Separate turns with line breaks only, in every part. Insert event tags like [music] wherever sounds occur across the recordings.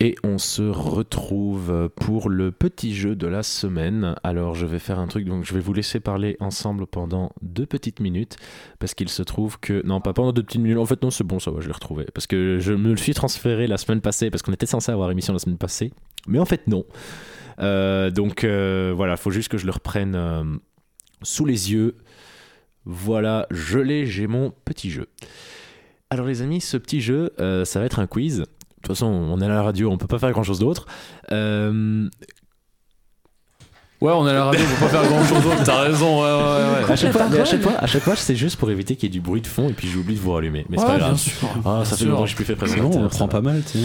Et on se retrouve pour le petit jeu de la semaine. Alors je vais faire un truc, donc je vais vous laisser parler ensemble pendant deux petites minutes, parce qu'il se trouve que... Non, pas pendant deux petites minutes, en fait non c'est bon, ça va, je l'ai retrouvé. Parce que je me le suis transféré la semaine passée, parce qu'on était censé avoir émission la semaine passée, mais en fait non. Euh, donc euh, voilà, faut juste que je le reprenne euh, sous les yeux. Voilà, je l'ai, j'ai mon petit jeu. Alors les amis, ce petit jeu, euh, ça va être un quiz. De toute façon, on est à la radio, on peut pas faire grand chose d'autre. Euh,
Ouais, on est à la radio, on peut pas faire grand chose d'autre, t'as raison, ouais, ouais, ouais.
à chaque fois, mais à chaque fois, à chaque fois, c'est juste pour éviter qu'il y ait du bruit de fond et puis j'oublie de vous rallumer. Mais c'est pas grave.
sûr.
Ah, ça
bien
fait
sûr.
longtemps que je suis fait
C'est
présenter.
bon, on le
ça
prend
va.
pas mal, tu sais.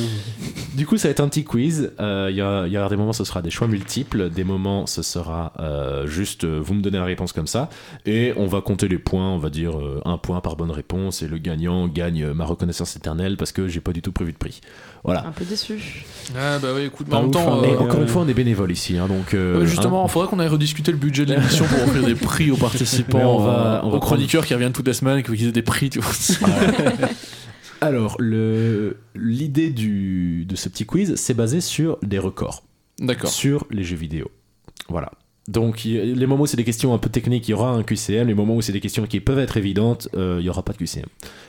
Du coup, ça va être un petit quiz. Euh, Il y, a- il y aura des moments, ce sera des choix multiples. Des moments, ce sera euh, juste euh, vous me donnez la réponse comme ça. Et on va compter les points. On va dire euh, un point par bonne réponse. Et le gagnant gagne euh, ma reconnaissance éternelle parce que j'ai pas du tout prévu de prix. Voilà.
Un peu déçu.
Ah, bah oui, écoute, mais
Pas
en même
ouf,
temps.
hein,
Et
Euh,
encore
euh,
une fois, on est bénévole ici. hein, donc, euh,
euh, justement,
hein.
faudrait qu'on aille rediscuter le budget de l'émission pour offrir des prix aux participants,
Mais on va-
euh,
on va
aux chroniqueurs qui reviennent toutes les semaines et qui aient des prix.
[laughs]
tu vois.
alors, le- l'idée du- de ce petit quiz, c'est basé sur des records.
D'accord.
sur les jeux vidéo. Voilà. Donc il y a- les moments où c'est des questions un peu techniques, il y aura un QCM. Les moments où c'est des questions qui peuvent être évidentes, euh, il y aura pas de QCM.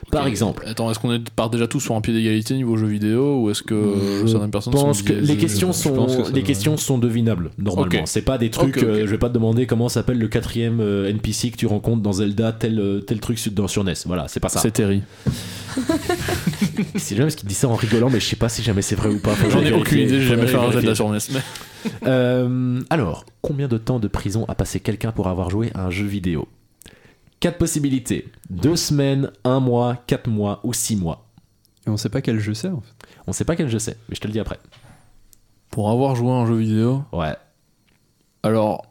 Par
Ok.
exemple,
Attends, est-ce qu'on est- part déjà tous sur un pied d'égalité niveau jeux vidéo ou est-ce que
Je
certaines personnes
je pense
sont
que
biaisées
les questions
je pense que
sont
ça
les
va.
questions sont devinables normalement.
Ok.
C'est pas des trucs.
Ok, ok.
euh, je vais pas te demander comment s'appelle le quatrième euh, NPC que tu rencontres dans Zelda tel euh, tel truc sur- dans sur NES. Voilà, c'est pas ça.
C'est Terry.
C'est jamais ce qu'il dit ça en rigolant, mais je sais pas si jamais c'est vrai ou pas. Faut
J'en ai
vérifier.
aucune idée, j'ai
Faudrait
jamais fait un jeu de
vérifier.
la sur NES, mais-
Euh, alors, combien de temps de prison a passé quelqu'un pour avoir joué à un jeu vidéo Quatre possibilités. Deux semaines, un mois, quatre mois ou six mois.
Et on sait pas quel jeu c'est, en fait.
On sait pas quel jeu c'est, mais je te le dis après.
Pour avoir joué à un jeu vidéo,
Ouais,
alors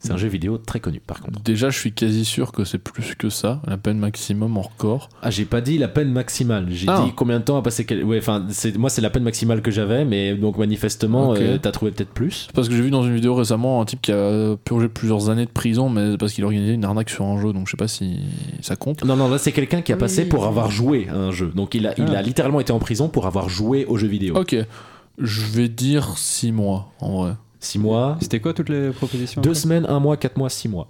c'est un jeu vidéo très connu par contre.
déjà je suis quasi sûr que c'est plus que ça, la peine maximum en record.
Ah, j'ai pas dit la peine maximale. J'ai
Ah.
dit combien de temps a passé. Quel... Ouais, enfin, c'est- moi c'est la peine maximale que j'avais, mais donc manifestement,
Ok.
euh, t'as trouvé peut-être plus.
C'est parce que j'ai vu dans une vidéo récemment un type qui a purgé plusieurs années de prison, mais c'est parce qu'il organisait une arnaque sur un jeu, donc je sais pas si ça compte.
Non, non, là c'est quelqu'un qui a
Oui.
passé pour avoir joué à un jeu. Donc il a, il
Ah.
a littéralement été en prison pour avoir joué au jeu vidéo.
Ok, je vais dire 6 mois en vrai.
Six mois,
C'était quoi toutes les propositions
deux
après
semaines, un mois, quatre mois, six mois.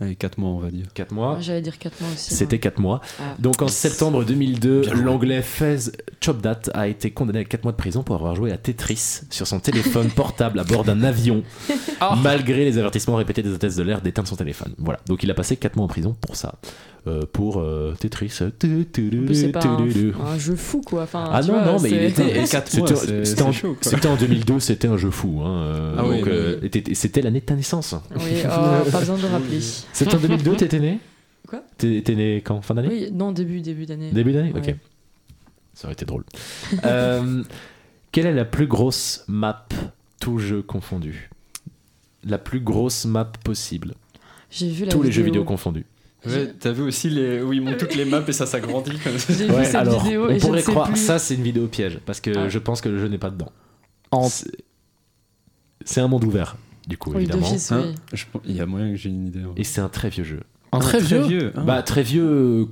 Allez, 4 mois, on va dire.
Quatre mois.
J'allais dire 4 mois aussi.
Ah.
hein.
C'était 4 mois.
Ah.
Donc en septembre 2002,
Bien joué.
l'anglais Fez Chopdat a été condamné à 4 mois de prison pour avoir joué à Tetris sur son téléphone portable à bord d'un avion,
Ah.
malgré les avertissements répétés des hôtesses de l'air d'éteindre son téléphone. Voilà, donc il a passé 4 mois en prison pour ça. Euh, pour euh, Tetris.
En plus, c'est pas un, un jeu fou quoi. Enfin,
Ah
tu
non,
vois,
non, mais il
c'est-
était.
Putain,
c'était-
quatre mois,
c'était-
c'est-
C'était en-
c'est chaud, quoi.
c'était en 2002, c'était un jeu fou. hein, euh,
Ah oui,
donc,
oui,
euh, et t'étais- C'était l'année de ta naissance.
Oui, oh,
[laughs]
pas besoin de rappeler.
C'était en 2002, t'étais né
Quoi
T'es t'es né quand Fin d'année
Oui, non, début, début d'année.
Début d'année Ok.
Ouais.
Ça aurait été drôle. [laughs] Euh, quelle est la plus grosse map, tout jeu confondu La plus grosse map possible.
J'ai vu la
Tous les jeux vidéo
vidéo.
confondus.
Ouais,
t'as vu aussi les... où ils montent toutes les maps et ça s'agrandit comme ça.
J'ai vu [laughs] cette
alors,
vidéo
on
et je ne
pourrait
sais
croire,
plus.
ça c'est une vidéo piège, parce que
Ah.
je pense que le jeu n'est pas dedans.
En-
C'est- C'est un monde ouvert, du coup,
Oui,
évidemment.
d'office,
Hein
oui.
Il y a moyen que j'ai une idée. en
Et
vrai.
c'est un très vieux jeu.
Un très,
Très
vieux,
vieux. hein.
Bah très vieux euh,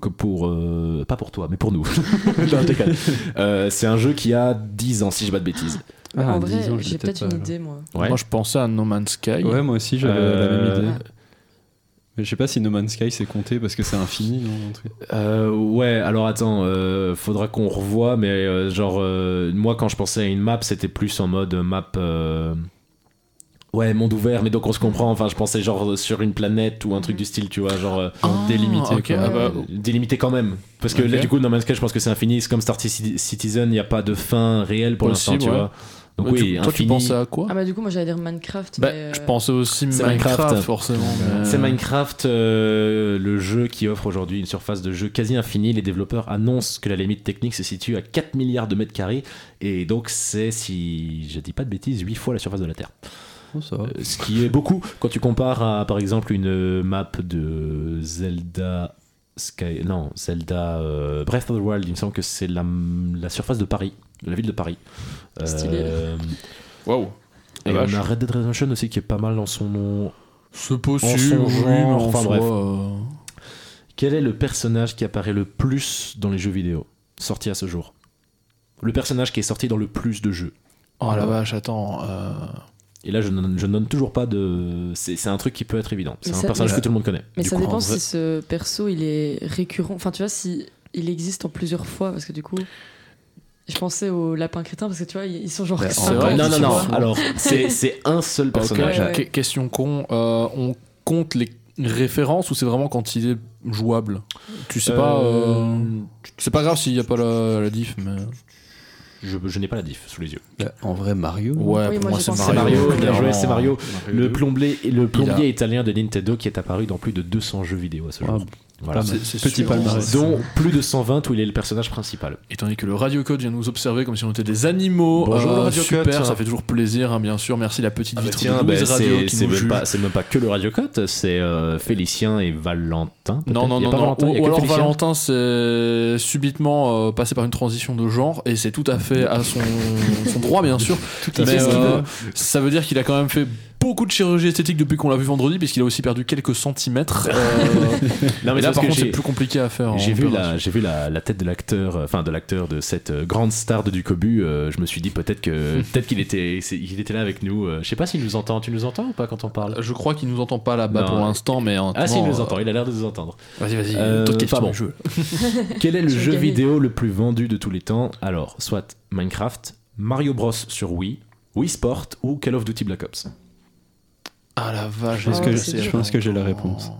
que pour euh, pas pour toi mais pour nous. [laughs] Non, je déconne. Euh, c'est un jeu qui a 10 ans si je dis pas de bêtises.
Ah,
en
10
vrai,
ans, je
j'ai
l'ai
peut-être
pas,
une
alors.
idée, moi.
Ouais.
Moi je pensais à No Man's Sky.
Ouais, moi aussi j'avais la
Euh,
même idée.
Ah.
Mais je sais pas si No Man's Sky c'est compté parce que c'est infini, non un truc.
Euh, ouais, alors attends, euh, faudra qu'on revoie, mais euh, genre, euh, moi quand je pensais à une map, c'était plus en mode map. euh, Ouais, monde ouvert, mais donc on se comprend. Enfin, je pensais genre euh, sur une planète ou un truc du style, tu vois, genre euh,
Ah,
délimité.
ok,
quoi.
ah bah,
Délimité quand même. Parce que là,
Ok.
du coup, dans Man's Sky, je pense que c'est infini. C'est comme Star Ci- Citizen, il n'y a pas de fin réelle pour l'instant,
Possible,
tu
ouais.
vois. Donc
Bah,
oui,
tu, toi, tu
infini.
pensais à quoi
Ah bah du coup, moi j'allais dire Minecraft.
Bah,
mais, euh,
Je pensais aussi
c'est
Minecraft,
Minecraft.
forcément. mais-
C'est Minecraft, euh, le jeu qui offre aujourd'hui une surface de jeu quasi infinie. Les développeurs annoncent que la limite technique se situe à 4 milliards de mètres carrés. Et donc, c'est, si je dis pas de bêtises, 8 fois la surface de la Terre.
Oh,
Euh, ce qui est beaucoup quand tu compares à, par exemple, une euh, map de Zelda. Sky... Non, Zelda euh, Breath of the Wild, il me semble que c'est la, la surface de Paris, de la ville de Paris. Euh,
Stylé.
Waouh.
et
La
on
vache.
a Red Dead Redemption aussi qui est pas mal dans son nom.
C'est
En
possible,
son
oui,
genre,
mais en
enfin,
soi,
bref.
euh,
Quel est le personnage qui apparaît le plus dans les jeux vidéo sortis à ce jour Le personnage qui est sorti dans le plus de jeux.
Oh la vache, attends. euh,
Et là, je ne je ne donne toujours pas de. C'est c'est un truc qui peut être évident. C'est
Mais
un
ça-
personnage
mais-
que tout le monde connaît.
Mais
Du
ça
coup, en
dépend
vrai-
si ce perso il est récurrent. Enfin, tu vois, si il existe en plusieurs fois, parce que du coup, je pensais au lapin crétin, parce que tu vois, ils ils sont genre
Bah,
cinq
C'est
ans,
vrai
Oh, non,
tu
non,
qu'ils
non.
vois.
sont-
Alors, c'est c'est un seul personnage.
[laughs] ok,
ouais.
que- Question con. euh, on compte les références ou c'est vraiment quand il est jouable Tu sais pas.
Euh,
euh, C'est pas grave s'il n'y a pas la, la diff, mais.
Je, je n'ai pas la diff sous les yeux.
bah, En vrai, Mario.
Ouais,
Oui,
pour
moi,
moi
j'ai
c'est
pensé
C'est
Mario.
Mario, bien joué,
clairement.
c'est Mario. Le, plomblé, le plombier
Il a- Ah,
italien de Nintendo qui est apparu dans plus de 200 jeux vidéo à ce jour. Voilà.
C'est- c'est
Petit
sûr.
palmarès.
Donc,
Dont plus de 120 où il est le personnage principal.
étant donné que le Radio Code vient nous observer comme si on était des animaux, Euh,
Bonjour, le Radio
super,
Code.
ça fait toujours plaisir, hein, bien sûr. Merci la petite vitre
Tiens,
de
ben,
Louise Radio
c'est
qui
c'est
nous
même,
juge.
pas- c'est même pas que le Radiocote, c'est euh, Félicien et Valentin. peut-être.
Non, non,
Il y a
non,
pas
non.
Valentin, il y a
ou, ou
que
alors
Félicien.
Valentin c'est subitement euh, passé par une transition de genre et c'est tout à fait à son, son droit
[laughs]
bien sûr.
à
mais
fait ce qu'il
euh, ça veut dire qu'il a quand même fait beaucoup de chirurgie esthétique depuis qu'on l'a vu vendredi puisqu'il a aussi perdu quelques centimètres. Euh,
[laughs] Non, mais
et là
parce
par
que
contre c'est
j'ai-
plus compliqué à faire. hein, en
J'ai vu,
opération.
la, j'ai vu la, la tête de l'acteur, euh, enfin de l'acteur de cette euh, grande star de Ducobu. euh, je me suis dit peut-être
[laughs]
que peut-être qu'il était, c'est- il était là avec nous. euh, je sais pas s'il nous entend. Tu nous entends ou pas quand on parle
Je crois qu'il nous entend pas là-bas
Non,
pour
ouais.
l'instant, mais en
Ah, si, il
attendant,
nous entend. Il a l'air de nous entendre.
euh, Vas-y, vas-y.
Euh,
d'autres questions
pas bon.
du jeu.
[laughs] Quel est le
Je vais
jeu
gagner.
vidéo le plus vendu de tous les temps Alors, soit Minecraft, Mario Bros sur Wii, Wii Sport ou Call of Duty Black Ops.
Ah la vache.
Je pense
Ah
que je-
ouais, c'est
je
dur.
pense que j'ai la réponse.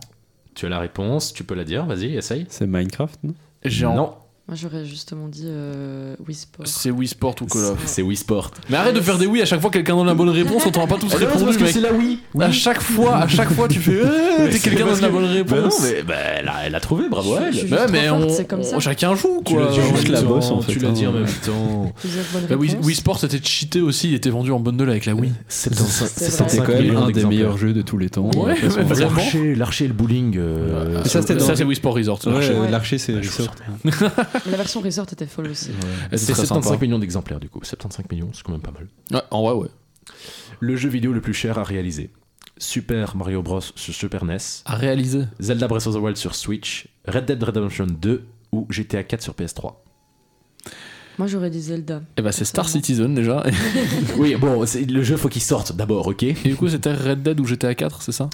Tu as la réponse. Tu peux la dire. Vas-y, essaye.
C'est Minecraft, non
J'ai en-
non,
Moi j'aurais justement dit euh, Wii Sport.
C'est Wii Sport ou Call of.
c'est c'est Wii Sport.
Mais arrête de faire des oui à chaque fois que quelqu'un donne la bonne réponse, on t'aura pas tous répondu, mec.
la Wii.
À Ah, chaque fois, à chaque fois, tu fais euh, t'es
c'est
quelqu'un
parce
donne la
que-
bonne
Bah non,
réponse.
mais bah, elle, a, elle a trouvé. Bravo à elle.
Je suis
Bah ouais,
juste
mais
trop forte,
on,
c'est comme ça.
on- chacun joue
Tu
quoi.
l'as dit en
En
même
la
temps,
bosse, en
Tu
fait,
l'as dit
hein.
en même temps.
Plusieurs bonnes
Bah, Wii,
réponses.
Wii Sport c'était cheaté aussi, il était vendu en bundle avec la Wii.
C'est
C'était
75
quand même
millions
un des
d'exemplaires.
[laughs] meilleurs jeux de tous les temps.
Ouais,
De toute
mais
façon.
vraiment.
L'archer, l'archer et le bowling. euh,
Et ça, c'était dans-
Ça c'est Wii Sport Resort.
Ouais,
l'archer.
Ouais.
L'archer, c'est
Bah, je vous
Resort.
Mais La version Resort était folle aussi.
c'est
C'est très
75
sympa.
millions d'exemplaires du coup. 75 millions, c'est quand même pas mal.
Ouais, en vrai ouais.
Le jeu vidéo le plus cher à réaliser. Super Mario Bros sur Super NES,
À réaliser.
Zelda Breath of the Wild sur Switch, Red Dead Redemption 2 ou GTA 4 sur PS3.
Moi j'aurais dit Zelda.
Et bah c'est Star Citizen déjà.
[laughs] Oui, bon, c'est- le jeu faut qu'il sorte d'abord, ok
Et du coup c'était Red Dead ou GTA 4, c'est ça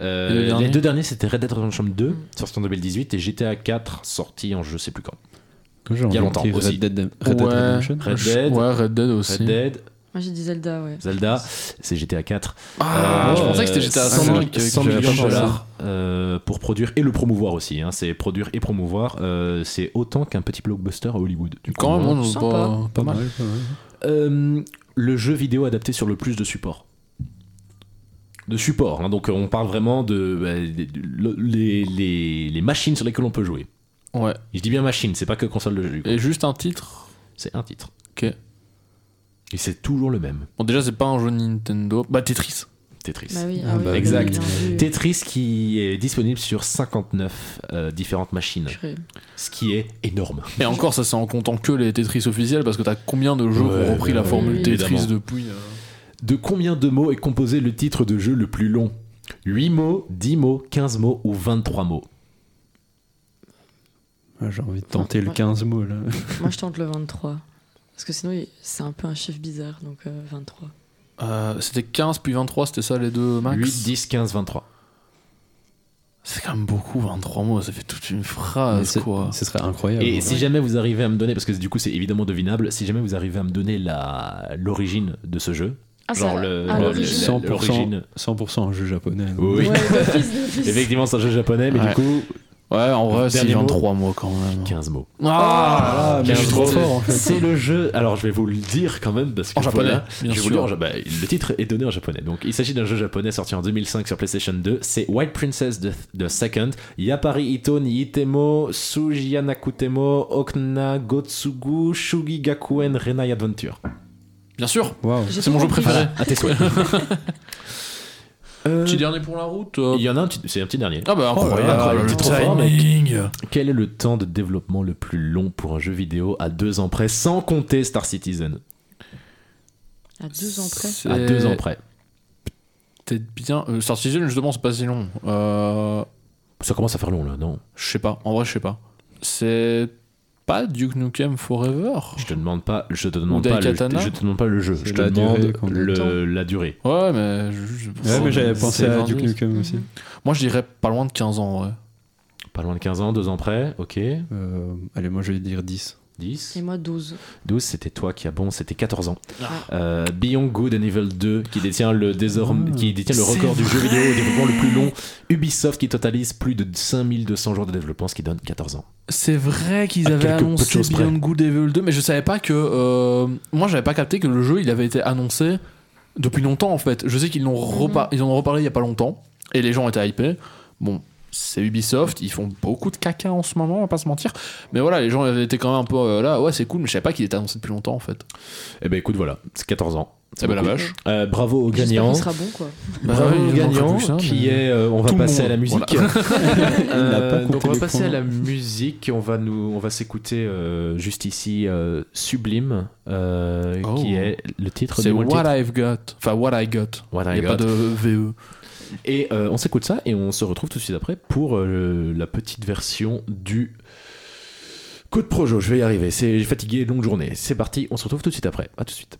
Euh,
Et le dernier
Les deux derniers c'était Red Dead Redemption 2 sorti en 2018 et GTA 4 sorti en je sais plus quand.
Il
y a longtemps aussi.
Red Dead Red Dead Redemption.
Red Dead.
Ouais, Red Dead aussi.
Red Dead,
Moi j'ai dit Zelda, ouais.
Zelda, c'est GTA 4.
Ah,
Euh,
je pensais que c'était GTA 5
100,
euh, que- que
100
j'avais
millions de
pas pensé.
dollars euh, pour produire et le promouvoir aussi. hein. c'est produire et promouvoir. euh, c'est autant qu'un petit blockbuster à Hollywood. Du coup,
Quand même, on
Sympa.
pas, pas mal.
pas mal.
Euh, le jeu vidéo adapté sur le plus de supports. De supports. hein. donc euh, on parle vraiment de, bah, des- de- le- les, les- les machines sur lesquelles on peut jouer.
Ouais.
Et je dis bien machine, c'est pas que console de jeu. du coup.
Et juste un titre.
C'est un titre.
Ok.
Et c'est toujours le même.
Bon déjà c'est pas un jeu Nintendo. Bah Tetris.
Tetris.
Bah oui,
Ah
ah oui,
bah
oui,
exact.
bien vu.
Tetris qui est disponible sur 59 euh, différentes machines,
Purée.
ce qui est énorme.
Et encore, ça c'est en comptant que les Tetris officiels, parce que t'as combien de jeux qui
Ouais,
ont repris la
ouais,
formule
oui,
Tetris
évidemment.
depuis euh,
De combien de mots est composé le titre de jeu le plus long 8 mots, 10 mots, 15 mots ou 23 mots
Ah, J'ai envie de tenter le
Ouais.
15 mots là.
Moi je tente le 23. Parce que sinon il- c'est un peu un chiffre bizarre, donc euh, 23.
euh, C'était 15 puis 23, c'était ça les deux max
8, 10, 15, 23.
C'est quand même beaucoup, 23 mots, ça fait toute une
Mais
phrase
c'est-
quoi.
Ah, Ce serait incroyable. hein.
Et si jamais vous arrivez à me donner, parce que du coup c'est évidemment devinable, si jamais vous arrivez à me donner la- l'origine de ce jeu,
Ah,
genre
ça-
le,
ah,
le-
l'origine.
le-
100%,
l'origine.
100% un jeu japonais. hein. non
Oui, oui.
Ouais, d'office, d'office.
effectivement c'est un jeu japonais, mais
Ouais.
du coup
Ouais, en vrai, c'est
Dernier mot.
23 mots quand même.
15 mots.
Ah,
mais je suis trop hein.
fort, en
C'est le jeu. Alors je vais vous le dire quand même parce que
En japonais,
voilà,
bien
je vais vous
sûr.
le dire en- bah, le titre est donné en japonais. Donc il s'agit d'un jeu japonais sorti en 2005 sur PlayStation 2. C'est White Princess the, the Second, Yapari Ito ni Itemo, Sujianakutemo, Okna Gotsugu, Shugigakuen Renai Adventure.
Bien sûr,
Waouh.
J'ai
c'est
tout
mon jeu
compris.
préféré.
À tes
[laughs]
souhaits. [laughs] Euh,
Petit dernier pour la route. euh,
il y en a un, petit- c'est un petit dernier.
Ah
Oh,
bah incroyable,
incroyable,
le
t'es trop fort,
timing.
Quel est le temps de développement le plus long pour un jeu vidéo à deux ans près, sans compter Star Citizen
À deux ans près.
À
C'est-
deux ans près.
T'es bien. Euh, Star Citizen, justement, c'est pas si long. Euh,
Ça commence à faire long là, non
je sais pas, en vrai, je sais pas. C'est pas Duke Nukem Forever
Je te demande pas, je te demande
Ou
pas le,
Daikatana
je te demande pas le jeu.
C'est
Je te
la durée,
demande
quoi.
le- la durée.
Ouais, mais. je- je-
Ouais, mais j'avais
c'est
pensé à
20.
Duke Nukem aussi.
Mhm.
Moi, je dirais pas loin de 15 ans, ouais.
Pas loin de 15 ans, 2 ans près, ok.
Euh, allez, moi je vais
[laughs]
dire 10.
10.
Et moi, 12.
12, c'était toi qui a bon, c'était 14 ans.
Ah.
Euh, Beyond Good and Evil 2, qui détient le, désorm-
Ah.
qui détient le
C'est
record du jeu vidéo au développement le plus long. Ubisoft qui totalise plus de 5200 jours de développement, ce qui donne 14 ans.
C'est vrai qu'ils
À
avaient
quelques peu de
annoncé
choses près.
Beyond Good Evil 2, mais je savais pas que. euh, moi, j'avais pas capté que le jeu, il avait été annoncé depuis longtemps, en fait. Je sais qu'ils l'ont repa- ils en ont reparlé il y a pas longtemps, et les gens étaient hypés. Bon, c'est Ubisoft, ils font beaucoup de caca en ce moment, on va pas se mentir. Mais voilà, les gens avaient été quand même un peu euh, là, ouais, c'est cool, mais je savais pas qu'il était annoncé depuis longtemps, en fait.
Eh ben écoute, voilà, c'est 14 ans. C'est
Eh ben la
beaucoup.
vache.
Euh, bravo aux
J'espère
gagnants.
qu'il sera bon, quoi.
Bravo
Ouais,
aux
il manquerait
gagnants,
plus que ça,
qui
mais-
est. euh, on va
Tout le
passer à
monde.
la musique. [laughs]
n'a pas
Euh,
compté
donc on va
les
passer
points.
à la musique et on va nous on va s'écouter euh, juste ici euh, Sublime euh,
Oh.
qui est le titre
C'est
de
What I've Got. Enfin, What I Got.
What
Il
I
n'y a pas
Got.
de E. VE.
et euh, on s'écoute ça et on se retrouve tout de suite après pour euh, la petite version du coup de projo je vais y arriver c'est j'ai fatigué longue journée c'est parti on se retrouve tout de suite après à tout de suite